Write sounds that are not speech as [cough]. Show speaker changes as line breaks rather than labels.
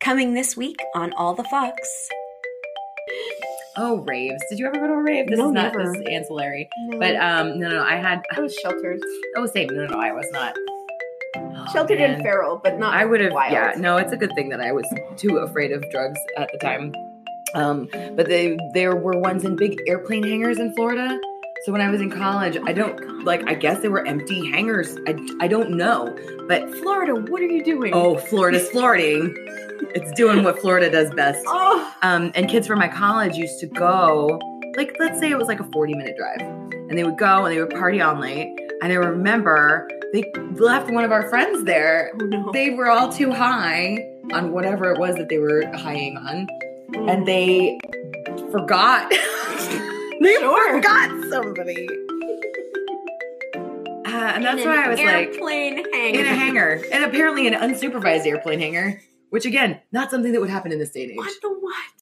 Coming this week on All the Fox.
Oh, raves. Did you ever go to a rave? This
No,
is not
never.
this is ancillary. But um no no, I had
I was sheltered,
oh same. No no, no I was not. Oh,
sheltered
man.
and feral, but not.
I would have
wild.
yeah, no, it's a good thing that I was too afraid of drugs at the time. Um but they there were ones in big airplane hangars in Florida. So when I was
Oh
in college, I don't like I guess they were empty hangars. I, I don't know. But
Florida, what are you doing?
oh, Florida's flirting. It's doing what Florida does best.
Oh,
um, and kids from my college used to go like let's say it was like a 40 minute drive and they would go and they would party all night and i remember they left one of our friends there
oh no.
they were all too high on whatever it was that they were high on
Mm.
and they forgot [laughs] they
Sure.
forgot somebody uh, and that's
In
why
an
i was like
airplane hang.
in a hangar and apparently an unsupervised airplane hangar which again not something that would happen in this day and age
What the what?